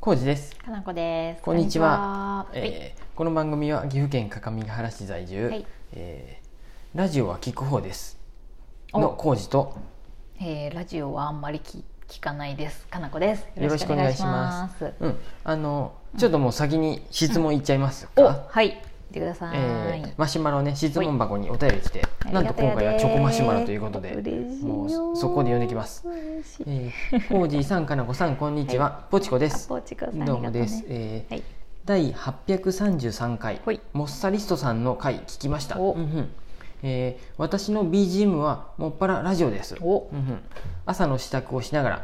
浩二です、かなこです。こんにちはこんにちはえーこの番組は岐阜県各務原市在住、はいえーラジオは聞く方ですおの浩二とえーラジオはあんまりき聞かないです。かなこです。よろしくお願いしますよろしくお願いしうんあのちょっともう先に質問いっちゃいますます。か、お、はい。言ってください。えーマシュマロね質問箱にお便り来てなんと今回はチョコマシュマロということでもうそこで読んできますこえー、コージーさん、かなこさん、こんにちは、ポチコです。ポチコさんどうもです。ありがとうねえーはい第833回ほい、モッサリストさんの回聞きました。おうんうんえー私の BGM はもっぱらラジオです。おうんうん朝の支度をしながら、うん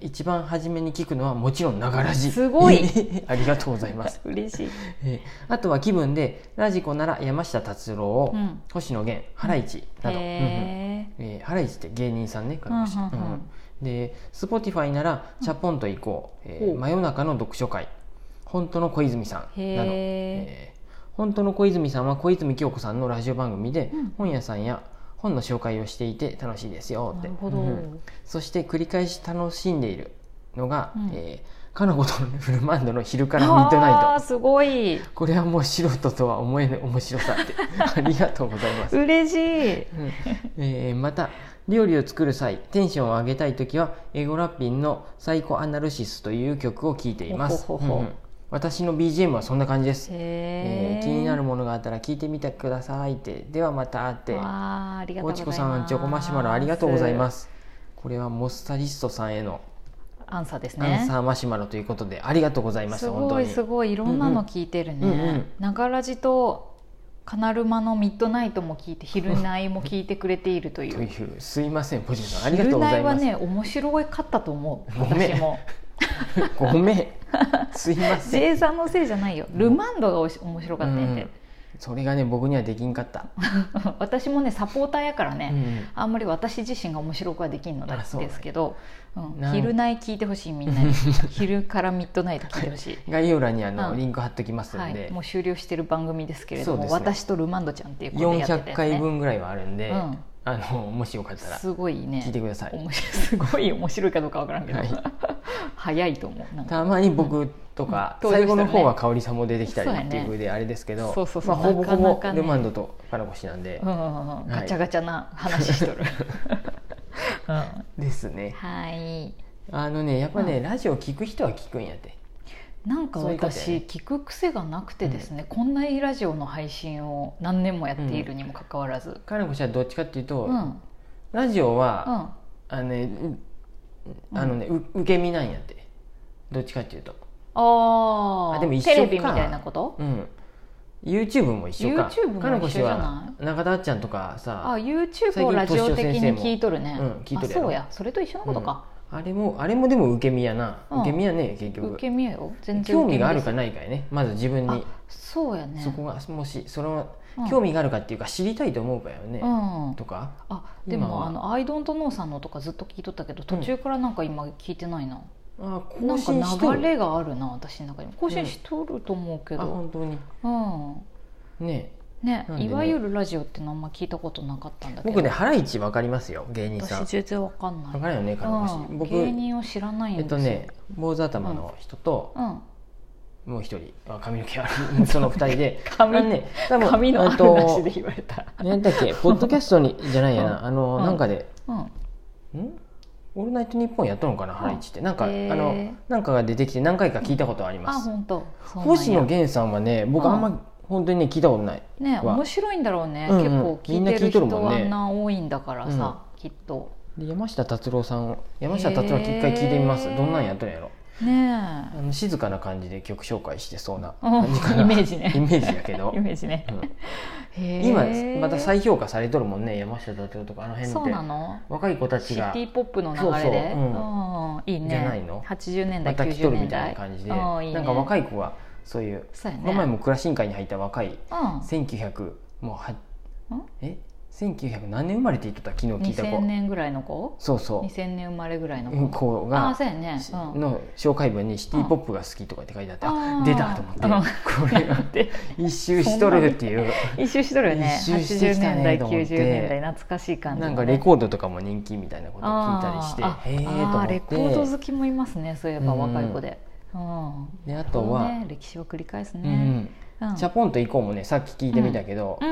一番初めに聞くのはもちろんながらじ。すごい ありがとうござい ます。嬉しい。えーあとは気分でラジコなら山下達郎を、うん星野源、ハライチなど。うんうんへえー、ハライチって芸人さんね彼女うんうんうんで Spotify なら「チャポンと行こう」えーほう真夜中の読書会」「本当の小泉さん」など、へえー本当の小泉さんは小泉京子さんのラジオ番組で、うん本屋さんや本の紹介をしていて楽しいですよー。っなてるほど。うんうんそして繰り返し楽しんでいるのが、うんえーかなことフルマンドの昼からミッドナあイートすごい。これはもう素人とは思えぬ面白さって ありがとうございます嬉しい。うんえーまた料理を作る際テンションを上げたい時はエゴラッピンの「サイコアナルシス」という曲を聴いていますほほほうんうん私の BGM はそんな感じです、えーへー気になるものがあったら聞いてみてくださいってではまたってわーありがとうおござちいまこす。。さんチョコマシュマロありがとうございますすこれはモッサリストさんへのアンサーですね。アンサーマシュマロということでありがとうございますす本当ごいにすごいいろんなの聞いてるうんうんうんうんね「ながらじ」と「カナルマのミッドナイト」も聞いて「昼ナイ」も聞いてくれているといといううすいませんポジ「さ んありがと昼うごナざイ」いはます、ね面白かったと思うごめん 私もごめ んすいません J さんのせいじゃないよルマンドがおし面白かったんうで んそれがね僕にはできんかった、私もねサポーターやからうんうねんあんまり私自身が面白くはできんのだあそうですけど「なん昼ナイ」聞いてほしいみん なに「昼からミッドナイト」聞いてほしい。概要欄にあの、うんリンク貼っときますはんい、で、もう終了してる番組ですけれどそうも、ですね私とルマンドちゃんっていう子でやってたや400つね回分ぐらいはあるんで、うんあのもしよかったらすごいね聞いてください、面白いすごい面白いかどうかわからんけど、はい 早いと思うなんかたまに僕とか、うん最後の方登場したよねは香りさんも出てきたりそうやねっていうふうであれですけど、そうそうそまうあ、ほぼほなぼかなかねルマンドとカラコシなんでう、んうんうんはいガチャガチャな話しと る、うんですねはいあのねやっぱね、うんラジオ聞く人は聞くんやってなんかそういうことやね私聞く癖がなくてですね、こんなにラジオの配信を何年もやっているにもかかわらず、カラコシはどっちかっていうと、うんうんラジオは、あのねうあのね、う受け身なんやってどっちかっていうと、あああでも一緒かテレビみたいなことうん、YouTube も一緒か YouTube も一緒じゃないかのこ氏は中田あっちゃんとかさあ YouTube をラジオ的に聞いとるね、うん聞いとるやあろそうやそれと一緒のことか、あれもあれもでも受け身やな、うん受け身やね結局受け身やよ全然興受け身味があるですかないかやねまず自分あに、そうやねそこがもしその、うん興味があるかっていうか知りたいと思うかよね、うんとかあで今もはあの「アイドントノー」さんのとかずっと聞いとったけど途中からなんか今聞いてないな、あな更ん新かしと流れるがあるな私の中にも更新しとると思うけあど本当にうん、ねねなんでねいわゆるラジオってのあんま聞いたことなかったんだけど僕ねハライチわかりますよ芸人さん私全然わかんなわいかるよねかのこ氏、うん、僕芸人を知らないんえでっすとよね坊主頭の人と、うんもう一人あ髪の毛ある その二人で髪あのね多分髪のあえっるなしとで言われた、何だっ けポッドキャストにじゃないやな、うんあの、うんなんかでうん、 「んオールナイトニッポン」やったのかなハライチってなんか、へーあのなんかが出てきて何回か聞いたことありあます本当星野ね源さんはね僕うんあんま本当にね聞いたことない、は面白いんだろうね、うんうんみ結んな構聞い聞いてとるる人もんはあねんな多いんだからさ、きっとで山下達郎さんを山下達郎は一回聞いてみますへーどんなんやっとるんやろねあの静かな感じで曲紹介してそうなうん感じかな、イメージ ねイメージやけどえ イメージね、へー今また再評価されとるもんね山下達郎とかあの辺ってそうなの若い子たちシテがィポップの流そうそうれでううんいいねじゃないの80年ま代た来とる90み年たい代な感じでうんいいねなんか若い子がそういうそうやねこの前もクラシン会に入った若いうん1900もうはえ1900何年生まれていっとった昨日聞いた2000子年ぐらいの子そうそ2000年生まれぐらいのううん子子ああがそうやね、うん、の紹介文にシティ・ポップが好きとかって書いてあってうんああー出たと思ってうんこれ が一周しとるっていう一周しとるよね一周してき80た年ね代と思って90年代懐かしい感じのなね、んかレコードとかも人気みたいなことを聞いたりしてあーあへえとあー思ってレコード好きもいますねそういえばうん若い子で、うんであとは、ね、歴史は繰り返すうね、んうんうん、チャポンと行こうもねさっき聞いてみたけど、あ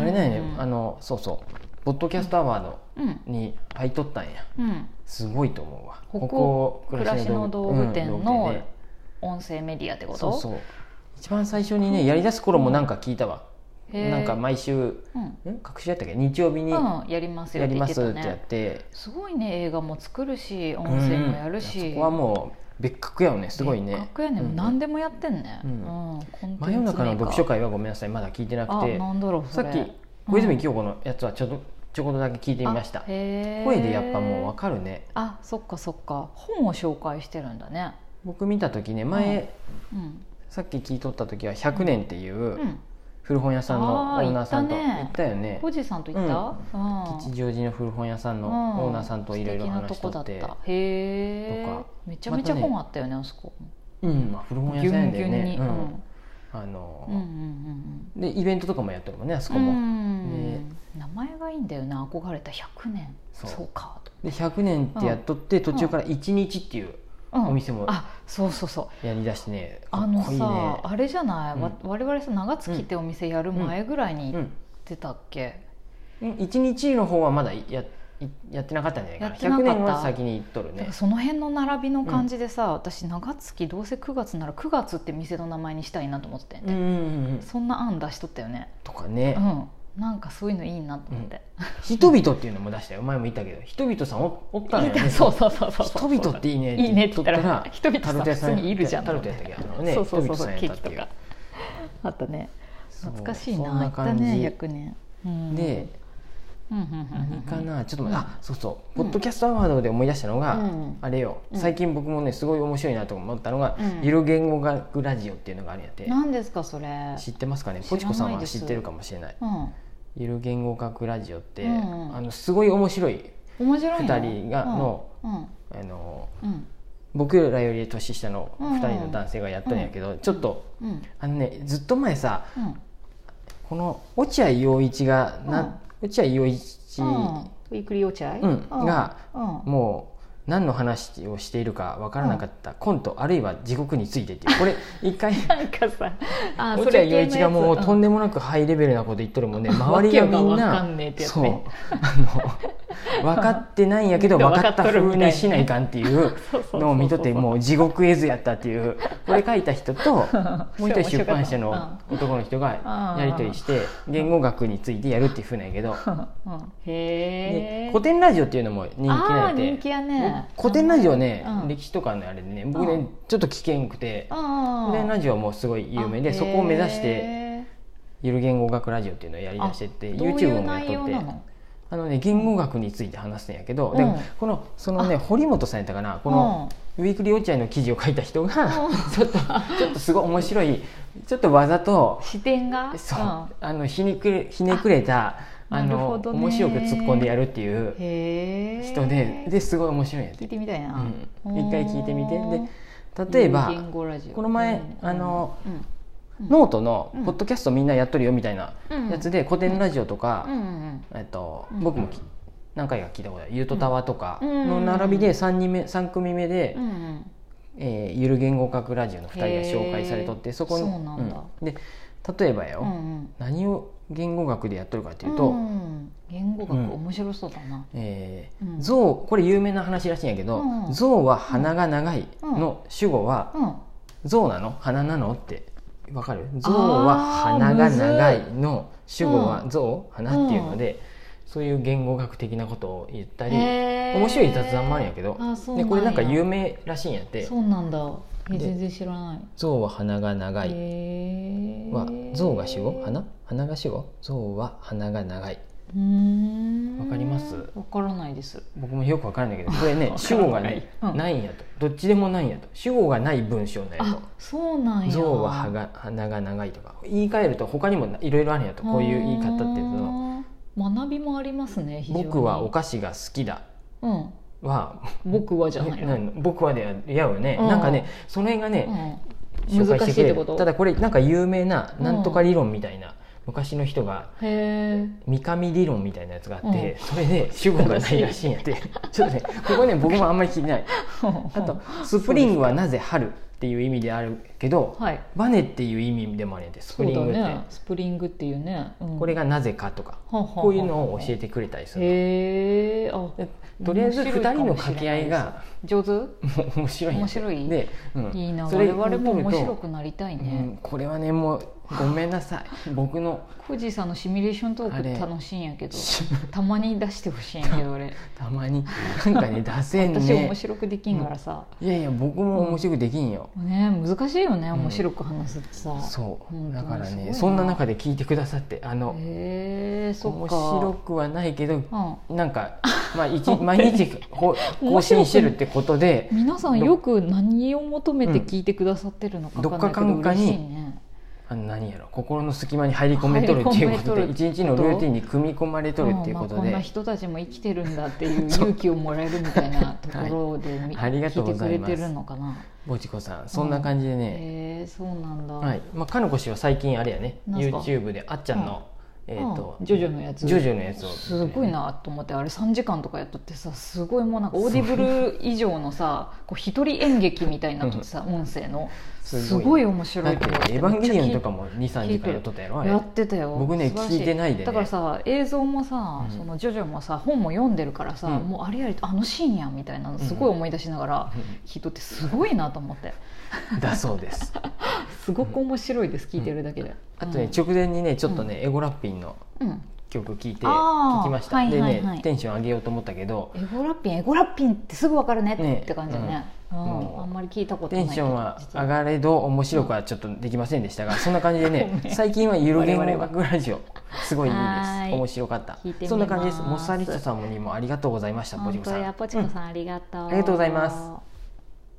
あれだよね、あのそうそうポッドキャストアワードうんに入っとったんやうんすごいと思うわここ暮らしの道暮らしの道具店のうん道具店ね音声メディアってことそうそう一番最初にねやりだす頃もなんか聞いたわ、へーなんか毎週うんん隔週やったっけ日曜日にやうんやりますよってり言まってすたってやっねて、すごいね映画も作るし音うん声もやるし、そこはもう別格やよねすごいね別格やね、うん何でもやってんね、うんんコンテンツ真夜中の読書メ会はごめんなさいまだ聞いてなーカーくてあなんだろうさそれっき小泉今日子のやつはちょっとちょこっとだけ聞いてみましたあへー声でやっぱもう分かるねあそっかそっか本を紹介してるんだね僕見た時ね前うん、、さっき聞いとった時は100年っていううん古本屋さんのオあーーナーさんと行ったね行ったよねコジさんと行った、うん吉祥寺の古本屋さんのうんオーナーさんといろいろ話しとっ素敵てなとこだったとへえかめちゃめちゃ本あったよねあそこうんまあ古本ギ屋さんュやンだギよュンにねううんんあうんうんのうんでイベントとかもやってるもんねあそこうんうもん名前がいいんだよな憧れた100年そうそうかとで100年ってやっとって途中から1日っていううんお店もあそうそうそうやりだしてねかあっのこいいねさあれじゃない、わう我々さ長月ってお店やる前ぐらいにう行っんてたっけ、 1日の方はまだやいやってなかったんじゃないかなやってなか100っ年たは先に行っとるなんねかその辺の並びの感じでさ、私長月どうせ9月なら9月って店の名前にしたいなと思ってて、うんうんうんそんな案出しとったよねとかねうんなんかそういうのいいなと思って、人々っていうのも出したよ前も言ったけど人々さんおおったのよね そうそうそうそう人々っていいねいいねって言った言っら人々タさルんト屋さ普ん通にいるじゃんタルトやったっけあのねそうそうそうそう人ケ々さーキんとやったっかていうあったねそう懐かしいそんなな行った感じね100年、うん、でうんうんうんうん何かなちょっと待ってあそうそううポんッドキャストアワードで思い出したのがうんあれようん最近僕もねすごい面白いなと思ったのがうん色言語学ラジオっていうのがあるんやって何ですかそれ知ってますかね知らなポいチコさんはで知すってるかもしれないうん色言語学ラジオってうんうんあのすごい面白い面白いの二人がのうんうんあのうん僕らより年下のうん2人の男性がやったんやけどちょっとうんあのねずっと前さうんこの落合陽一がな、落合陽一、ウィークリーお茶いうんがうんもう何の話をしているかわからなかった、コントあるいは地獄についてっていうこれ一回なんかさ あ落合陽一がもうとんででもなくハイレベルなこと言っとるもんね周りがみんわけがわなかんねえってやつそうねあの分かってないんやけ ど分かった風にしないかんっていうそうそうそうそうのを見とってもう地獄絵図やったっていうこれ書いた人 ともう一人出版社の男の人がやり取りして言語学についてやるっていうふうなんやけどへでえ古典ラジオっていうのも人気あなあん人で気やね古典ラジオねうん歴史とかのあれでね僕うねんちょっと危険くて古典古ラジオはもうすごい有名でそこを目指してゆる言語学ラジオっていうのをやりだしてて YouTube もやっとってあのね言語学について話すんやけど、うんでこのそのね堀本さんやったかなこの、ウィークリー落合の記事を書いた人が、うんちょっとちょっとすごい面白いちょっとわざと視点が そう、んあのひねくれひねくれたああなるのほどね面白く突っ込んでやるっていうへえ人でですごい面白いんや聞いでてみたいなうん一回聞いてみてでうん例えば、人間語ラジオこの前うんあのうんノートのうんポッドキャストみんなやっとるよみたいなうんやつで、古典ラジオとか、うんうんえっと、うん僕もき何回か聞いたことある「ゆとたわ」とかうんの並びで 3, 人目3組目で、うんうんえーゆる言語学ラジオの2人が紹介されとってへーそこにそうなんだうんで例えばよ、うんうん何を言語学でやっとるかっていうと、ん言語学うん面白そうだな、えーうん象これ有名な話らしいんやけどうん「象は鼻が長い」の主語はうん、 「象なの鼻なの?」ってわかる象は鼻が長いの主語はうん象鼻っていうので、そういう言語学的なことを言ったり。へー面白い雑談もあるんやけどあそうでこれなんか有名名らしいんやってそうなんだえで全然知らない「象は鼻が長い」へは「象が主語鼻鼻が主語象は鼻が長い」わわかりますわからないです僕もよくわから ないけどこれね主語がねうんないんやとどっちでもないんやと主語がない文章なんやあそうなんと「や象は歯が鼻が長い」とか言い換えると他にもいろいろあるんやとこういう言い方っていうのの学びもありますね非常に僕はお菓子が好きだ」うんは僕はじゃないえなんの僕はでやうよね、うんなんかねその辺がね、う紹ん、介難ししてくれいってることただこれなんか有名ななんとか理論みたいな昔の人がへえ三上理論みたいなやつがあって、うそれで主語がないらしいんやって ちょっとねここね僕もあんまり聞いてないあと「スプリングはなぜ春」っていう意味であるけど、 はいバネっていう意味でもあるんやってスそプうリだングって、ねスプリングっていうね、うんこれがなぜかとかはんはんはんはんこういうのを教えてくれたりするのへえあでとりあえず面2白いかもしれな人いの掛け合いが上手もう面白いんやって面白いで、うんいいなそれ我々も面白くくなりたいうんね、、これはねもうごめんなさ い僕のコージーさんのシミュレーショントーあれク楽しいんやけどたまに出してほしいんやけど俺たまになんかね出せん私面ね白くできんからさ、いやいや僕も面白くできんよ、ね難しいよねん面白く話すってさ、そ本当うにだからねすそごいんな中で聞いてくださってあのへえそっか面白くはないけどうなん か、まあ、一日毎日ほ更新してるってことでん、皆さんどよく何を求めて聞いてくださってるのかうんわかんないけど嬉しいねあの何やろ心の隙間に入り込めとるっていうことで入り込めとる一日のルーティンに組み込まれとるっていうこうんまあ、とこんでな人たちも生きてるんだって いう勇気をもらえるみたいなところでみ、はいありがと聞うごいてざくいれますてるのかなぼちこさんそんな感じでね、へえそうなんだ、はい、まあ、かのこ氏は最近あれやねなんすか YouTube であっちゃんの、えっ、と、うんジョジョのやつジョジョのやつをすごいなと思ってあれ3時間とかやっとってさすごいもうなんかオーディブル以上のさこう一人演劇みたいになっとってさ音声のすごい面白だっいてと思っ「てエヴァンゲリオン」とかもも23時間やっとったやろあれやってたよ僕ね素晴らし聞いてないでねだからさ映像もさ、うんそのジョジョもさ本も読んでるからさ、うんもうあれやりあのシーンやみたいなのすごい思い出しながら聞いとってすごいなと思って だそうですすごく面白いです聞いてるだけで、あとね、うん直前にねちょっとね、エゴラッピンのうん曲聴いてあー聴きました、はいはいではいねテンション上げようと思ったけどエゴラッピンエゴラッピンってすぐ分かるねって,、ね感じだね、うんもうあんまり聞いたことなテいンけどションは実上がれど面白くはちょっとできませんでしたがそんな感じで ごめねん最近はゆる言語学ラジオすごいいいではーすい面白かった聞いてみますそんな感じですモッサリッチョさんにもありがとうございましたポジ本コ当さんやポチコさんありがとう、ありがとうございます